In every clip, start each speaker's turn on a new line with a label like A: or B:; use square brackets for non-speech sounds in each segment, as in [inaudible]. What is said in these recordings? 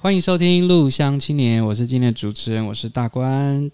A: 欢迎收听《路乡青年》，我是今天的主持人，我是大关。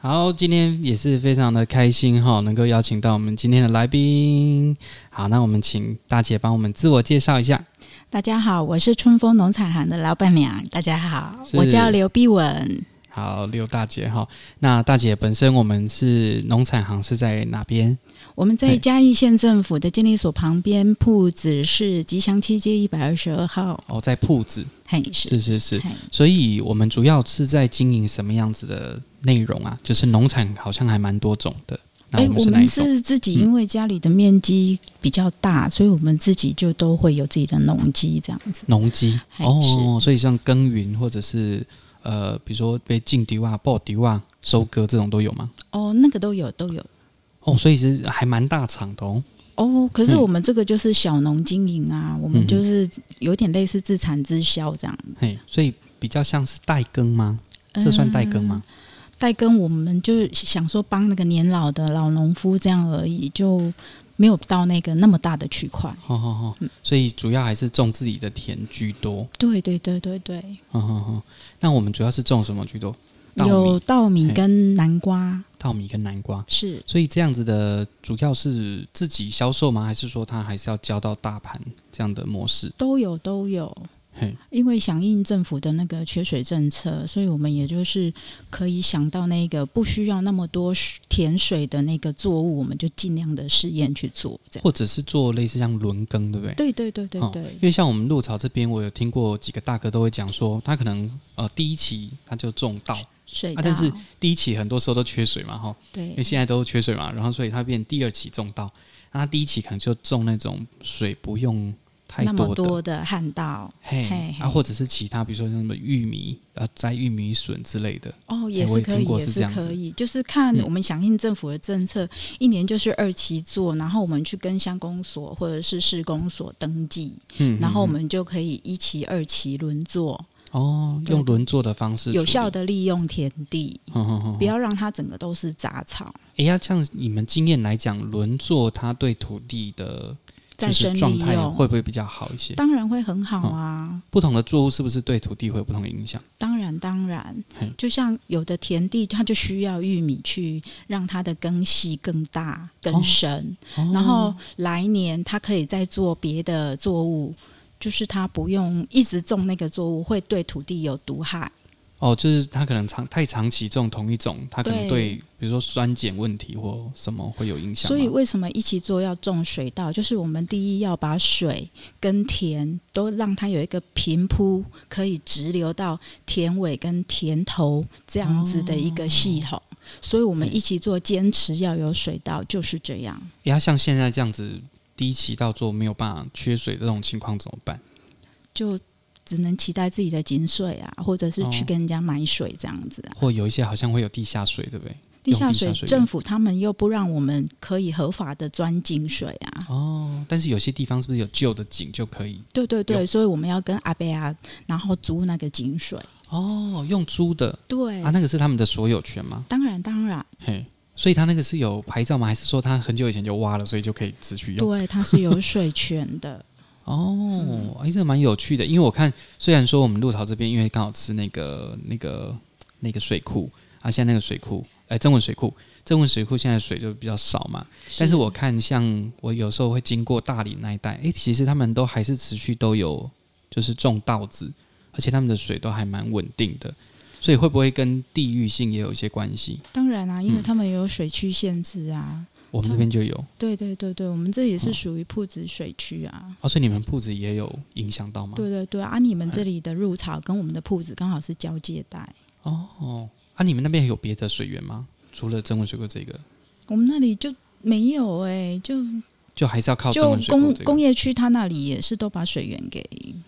A: 好，今天也是非常的开心哈，能够邀请到我们今天的来宾。好，那我们请大姐帮我们自我介绍一下。
B: 大家好，我是春风农产行的老板娘。大家好，
A: 是
B: 我叫刘碧文。
A: 好，刘大姐哈，那大姐本身我们是农产行是在哪边？
B: 我们在
A: 嘿
B: 嘉义县政府的监理所旁边，铺子是吉祥七街一百二十二号。
A: 哦，在铺子，
B: 嘿，是
A: 是是是，
B: 嘿
A: 所以我们主要是在经营什么样子的内容啊？就是农产好像还蛮多种的，那
B: 哎
A: 我们
B: 我
A: 是哪
B: 们
A: 一嗯种？
B: 是自己，因为家里的面积比较大，所以我们自己就都会有自己的农机这样子。
A: 农机
B: 嘿
A: 哦，所以像耕耘或者是呃，比如说被禁丢啊、爆丢啊、收割这种都有吗？
B: 哦，那个都有都有。
A: 哦，所以是还蛮大厂的哦。
B: 哦，可是
A: 嗯
B: 我们这个就是小农经营啊，我们
A: 嗯
B: 就是有点类似自产自销这样。
A: 嘿，所以比较像是代耕吗？这算代耕吗？
B: 代耕，我们就想说帮那个年老的老农夫这样而已，就没有到那个那么大的区块。
A: 好好好，所以主要还是种自己的田居多。
B: 对对对对对，
A: 好好好，那我们主要是种什么居多？稻米
B: 有稻米
A: 嘿
B: 跟南瓜
A: 稻米跟南瓜。
B: 是。
A: 所以这样子的主要是自己销售吗？还是说它还是要交到大盘这样的模式？
B: 都有都有，
A: 嘿，
B: 因为响应政府的那个缺水政策，所以我们也就是可以想到那个不需要那么多水甜水的那个作物，我们就尽量的试验去做这样。
A: 或者是做类似像轮耕，对不对？
B: 对对对对
A: 哦
B: 对，
A: 因为像我们鹿草这边，我有听过几个大哥都会讲说，他可能呃第一期他就种稻，
B: 水
A: 啊
B: 稻、
A: 但是第一期很多时候都缺水嘛，哈，因为
B: 对
A: 现在都缺水嘛，然后所以他变第二期种稻，那他第一期可能就种那种水不用太
B: 那么
A: 的，
B: 多的旱稻
A: 嘿
B: 嘿
A: 啊，
B: 嘿
A: 或者是其他，比如说像什么玉米，呃，摘玉米笋之类的，
B: 哦，也
A: 哎我
B: 是
A: 也
B: 可
A: 听
B: 以，
A: 过
B: 也
A: 是这样子
B: 可以，就是看
A: 嗯
B: 我们响应政府的政策，一年就是二期做，然后我们去跟乡公所或者是市公所登记，
A: 嗯，
B: 然后我
A: 嗯嗯
B: 们就可以一期、二期轮作，
A: 哦，
B: 对
A: 用轮作的方式
B: 有效
A: 的，
B: 的利用田地，
A: 嗯嗯嗯
B: 不要让它整个都是杂草。
A: 哎呀，像你们经验来讲，轮作它对土地的就
B: 再
A: 是
B: 生
A: 状
B: 利
A: 态嗯
B: 用，
A: 会不会比较好一些？
B: 当然会很好啊。
A: 不同的作物是不是对土地会有不同的影响？
B: 当然，当然
A: 嘿，
B: 就像有的田地，它就需要玉米去让它的根系更大、
A: 哦
B: 更深，
A: 哦
B: 然后来年它可以再做别的作物，就是它不用一直种那个作物，会对土地有毒害。
A: 哦，就是它可能长太长期种同一种，它可能对
B: 对
A: 比如说酸碱问题或什么会有影响吗。
B: 所以为什么一起做要种水稻？就是我们第一要把水跟田都让它有一个平铺，可以直流到田尾跟田头这样子的一个系统。所以我们一起做坚持要有水稻，就是这样。
A: 诶它像现在这样子低期稻作没有办法缺水的这种情况怎么办？
B: 就只能期待自己的井水啊，或者是去
A: 哦
B: 跟人家买水这样子啊。
A: 或有一些好像会有地下水，对不对？
B: 地
A: 用
B: 下
A: 地
B: 水
A: 下水源
B: 政府他们又不让我们可以合法的钻井水啊，
A: 哦，但是有些地方是不是有旧的井就可以？
B: 对对对，
A: 有
B: 所以我们要跟阿贝啊，然后租那个井水。
A: 哦，用租的
B: 对，
A: 啊，那个是他们的所有权吗？
B: 当然当然，
A: 嘿，所以他那个是有牌照吗？还是说他很久以前就挖了，所以就可以只去用？
B: 对，它是有水
A: [laughs]
B: 权的。
A: 哦，哎、这蛮有趣的，因为我看虽然说我们鹿草这边因为刚好吃那个那个那个水库啊，现在那个水库，哎、增文水库，增文水库现在水就比较少嘛，但是我看像我有时候会经过大理那一带，哎、其实他们都还是持续都有就是种稻子，而且他们的水都还蛮稳定的。所以会不会跟地域性也有一些关系？
B: 当然啊，因为
A: 嗯
B: 他们有水区限制啊。
A: 我们这边就有，
B: 对对对对，我们这也
A: 哦
B: 是属于铺子水区啊。
A: 哦，所以你们铺子也有影响到吗？
B: 对对对啊，你们这里的入草跟我们的铺子刚好是交界带。
A: 哦，啊，你们那边有别的水源吗？除了增温水库这个，
B: 我们那里就没有哎、就
A: 就还是要靠增
B: 就
A: 温水库
B: 工
A: 这个
B: 工。业区，它那里也是都把水源给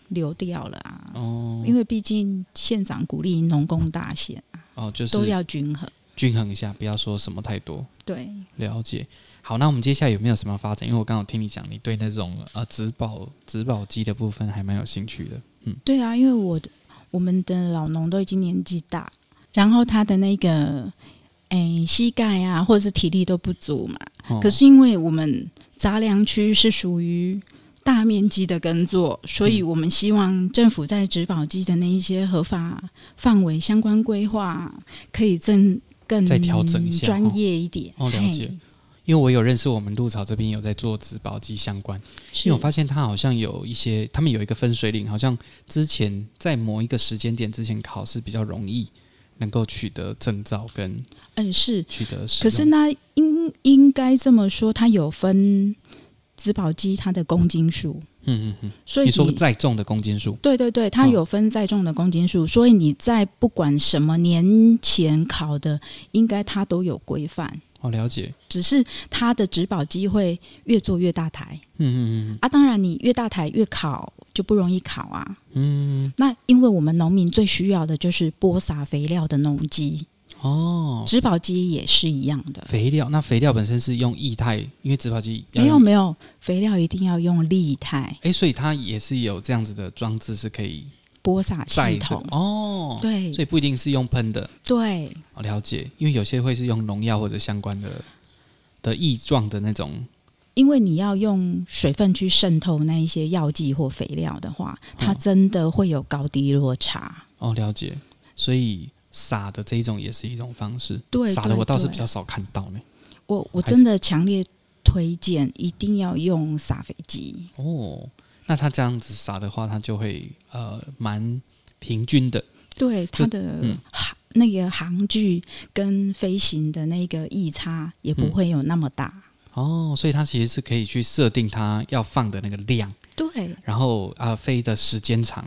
B: 流掉了啊。
A: 哦
B: 因为毕竟县长鼓励农工大县啊，
A: 哦，就是
B: 都要均衡。
A: 均衡一下，不要说什么太多。
B: 对，
A: 了解。好，那我们接下来有没有什么发展？因为我刚好听你讲，你对那种呃植保植保机的部分还蛮有兴趣的。
B: 对啊，因为我的我们的老农都已经年纪大，然后他的那个诶膝盖啊，或者是体力都不足嘛。
A: 哦、
B: 可是因为我们杂粮区是属于大面积的耕作，
A: 嗯
B: 所以我们希望政府在植保基的那一些合法范围相关规划，可以更更
A: 再调整一下
B: 专业一点。
A: 哦了解
B: 嘿，
A: 因为我有认识我们鹿草这边有在做植保机相关，因
B: 是
A: 为我发现他好像有一些，他们有一个分水岭，好像之前在某一个时间点之前考试比较容易能够取得证照跟
B: 嗯是，
A: 取得使
B: 可是
A: 用
B: 呢，应应该这么说，它有分植保基它的公斤数，
A: 嗯嗯嗯，
B: 所以
A: 你说再重的公斤数，
B: 对对对，它
A: 嗯
B: 有分载重的公斤数，所以你在不管什么年前考的，应该它都有规范。
A: 哦了解，
B: 只是它的植保机会越做越大台
A: 嗯嗯
B: 啊，当然你越大台越考就不容易考啊。
A: 嗯嗯，
B: 那因为我们农民最需要的就是播撒肥料的农机，
A: 哦，
B: 植保机也是一样的。
A: 肥料，那肥料本身是用液态，因为植发机要
B: 没有
A: 用，
B: 没有，肥料一定要用立态
A: 哎，所以它也是有这样子的装置是可以
B: 播撒
A: 载
B: 系
A: 这
B: 统
A: 个，哦，
B: 对
A: 所以不一定是用喷的，
B: 对
A: 哦，了解，因为有些会是用农药或者相关的的异状的那种，
B: 因为你要用水分去渗透那一些药剂或肥料的话，它
A: 嗯
B: 真的会有高低落差。
A: 哦，了解，所以撒的这一种也是一种方式，
B: 对
A: 撒的我倒是
B: 对
A: 比较少看到呢，
B: 我我
A: 还是
B: 真的强烈推荐，一定要用撒肥机。
A: 哦，那它这样子撒的话，它就会呃蛮平均的，
B: 对它的
A: 嗯
B: 航、那个航距跟飞行的那个异差也
A: 嗯
B: 不会有那么大。
A: 哦，所以它其实是可以去设定它要放的那个量。
B: 对
A: 然后啊、飞的时间长，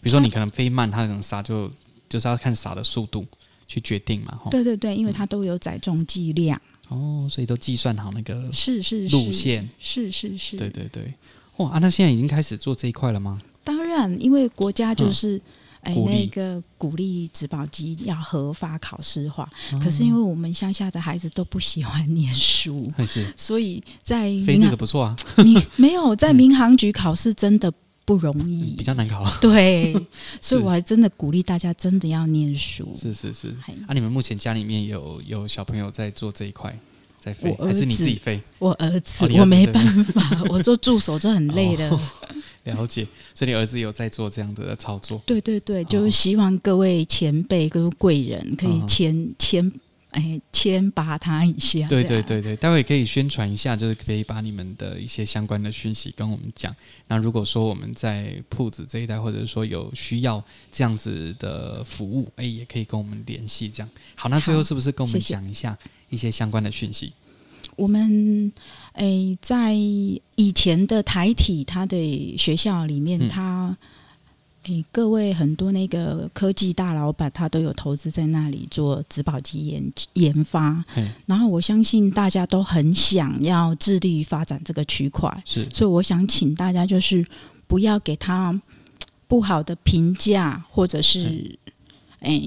A: 比如说你可能飞慢，它可能撒就就是要看撒的速度去决定嘛，吼。
B: 对对对，
A: 嗯
B: 因为它都有载重计量。
A: 哦，所以都计算好那个
B: 是是是，
A: 嗯路线，
B: 是是是。
A: 对对对。哇、啊，那现在已经开始做这一块了吗？
B: 当然，因为国家就
A: 嗯
B: 是。哎，
A: 鼓励
B: 那个鼓励植保机要合法考试化，
A: 哦
B: 可是因为我们乡下的孩子都不喜欢 [laughs] 念书，
A: 还是
B: 所以在
A: 飞
B: 民
A: 这
B: 航
A: 个不错啊，
B: [laughs]
A: [laughs]
B: 你没有在民航局考试真的不容易
A: 比，较难考啊。 [laughs]
B: 对，所以我还真的鼓励大家真的要念书。
A: 是是是。
B: 嘿
A: 啊，你们目前家里面有有小朋友在做这一块，在飞，
B: 我
A: 还是
B: 儿
A: 你
B: 子
A: 自己飞？
B: 我儿子
A: 哦你儿子哦
B: 我没办
A: [laughs]
B: 法，我做助手就很累的。
A: 了解，所以你儿子有在做这样子的操作。
B: 对对对，就
A: 哦
B: 是希望各位前辈跟贵人可以
A: 嗯
B: 牵牵哎牵拔他一下。
A: 对
B: 啊这
A: 对
B: 样，
A: 对对，待会可以宣传一下，就是可以把你们的一些相关的讯息跟我们讲。那如果说我们在铺子这一带，或者说有需要这样子的服务，哎，也可以跟我们联系。这样好，那最后
B: 好
A: 是不是跟我们
B: 谢谢
A: 讲一下一些相关的讯息？
B: 我们哎在以前的台体他的学校里面，
A: 嗯
B: 他。哎，各位很多那个科技大老板，他都有投资在那里做植保机研研发，
A: 嘿，
B: 然后我相信大家都很想要致力于发展这个区块，
A: 是
B: 所以我想请大家就是不要给他不好的评价，或者是哎、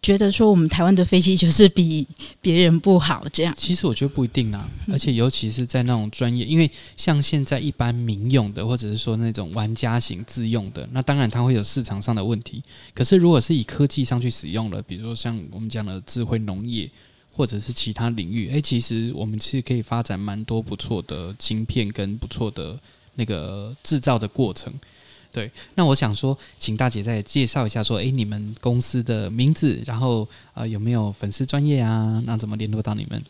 B: 觉得说我们台湾的飞机就是比别人不好这样。
A: 其实我觉得不一定啦，而且尤其是在那种专业，因为像现在一般民用的，或者是说那种玩家型自用的，那当然它会有市场上的问题。可是如果是以科技上去使用了，比如说像我们讲的智慧农业，或者是其他领域，诶，其实我们是可以发展蛮多不错的晶片跟不错的那个制造的过程。对，那我想说，请大姐再介绍一下，说，诶，你们公司的名字，然后呃，有没有粉丝专业啊？那怎么联络到你们？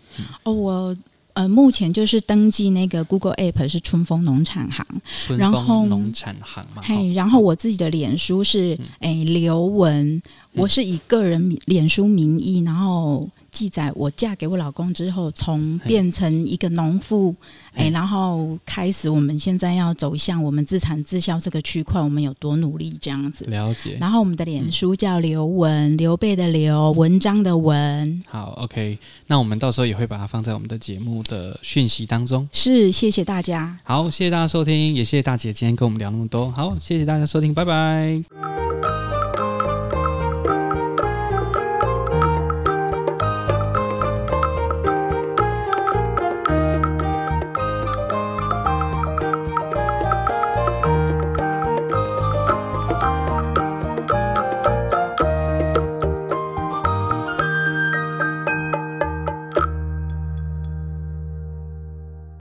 B: 哦，我呃目前就是登记那个 Google App 是春风农场行，
A: 春
B: 然后
A: 风农产行嘛，
B: 嘿，
A: 哦
B: 然后我自己的脸书是
A: 嗯
B: 诶、刘雯，我是以个人名脸书名义，然后记载我嫁给我老公之后，从
A: 嘿
B: 变成一个农妇，诶、
A: 嘿
B: 然后开始我们现在要走向我们自产自销这个区块，我们有多努力这样子。
A: 了解。
B: 然后我们的
A: 嗯
B: 脸书叫刘雯，刘备的刘，文章的文，
A: 好，OK，那我们到时候也会把它放在我们的节目的讯息当中。
B: 是谢谢大家。
A: 好，谢谢大家收听，也谢谢大姐今天跟我们聊那么多。好，谢谢大家收听，拜拜。拜。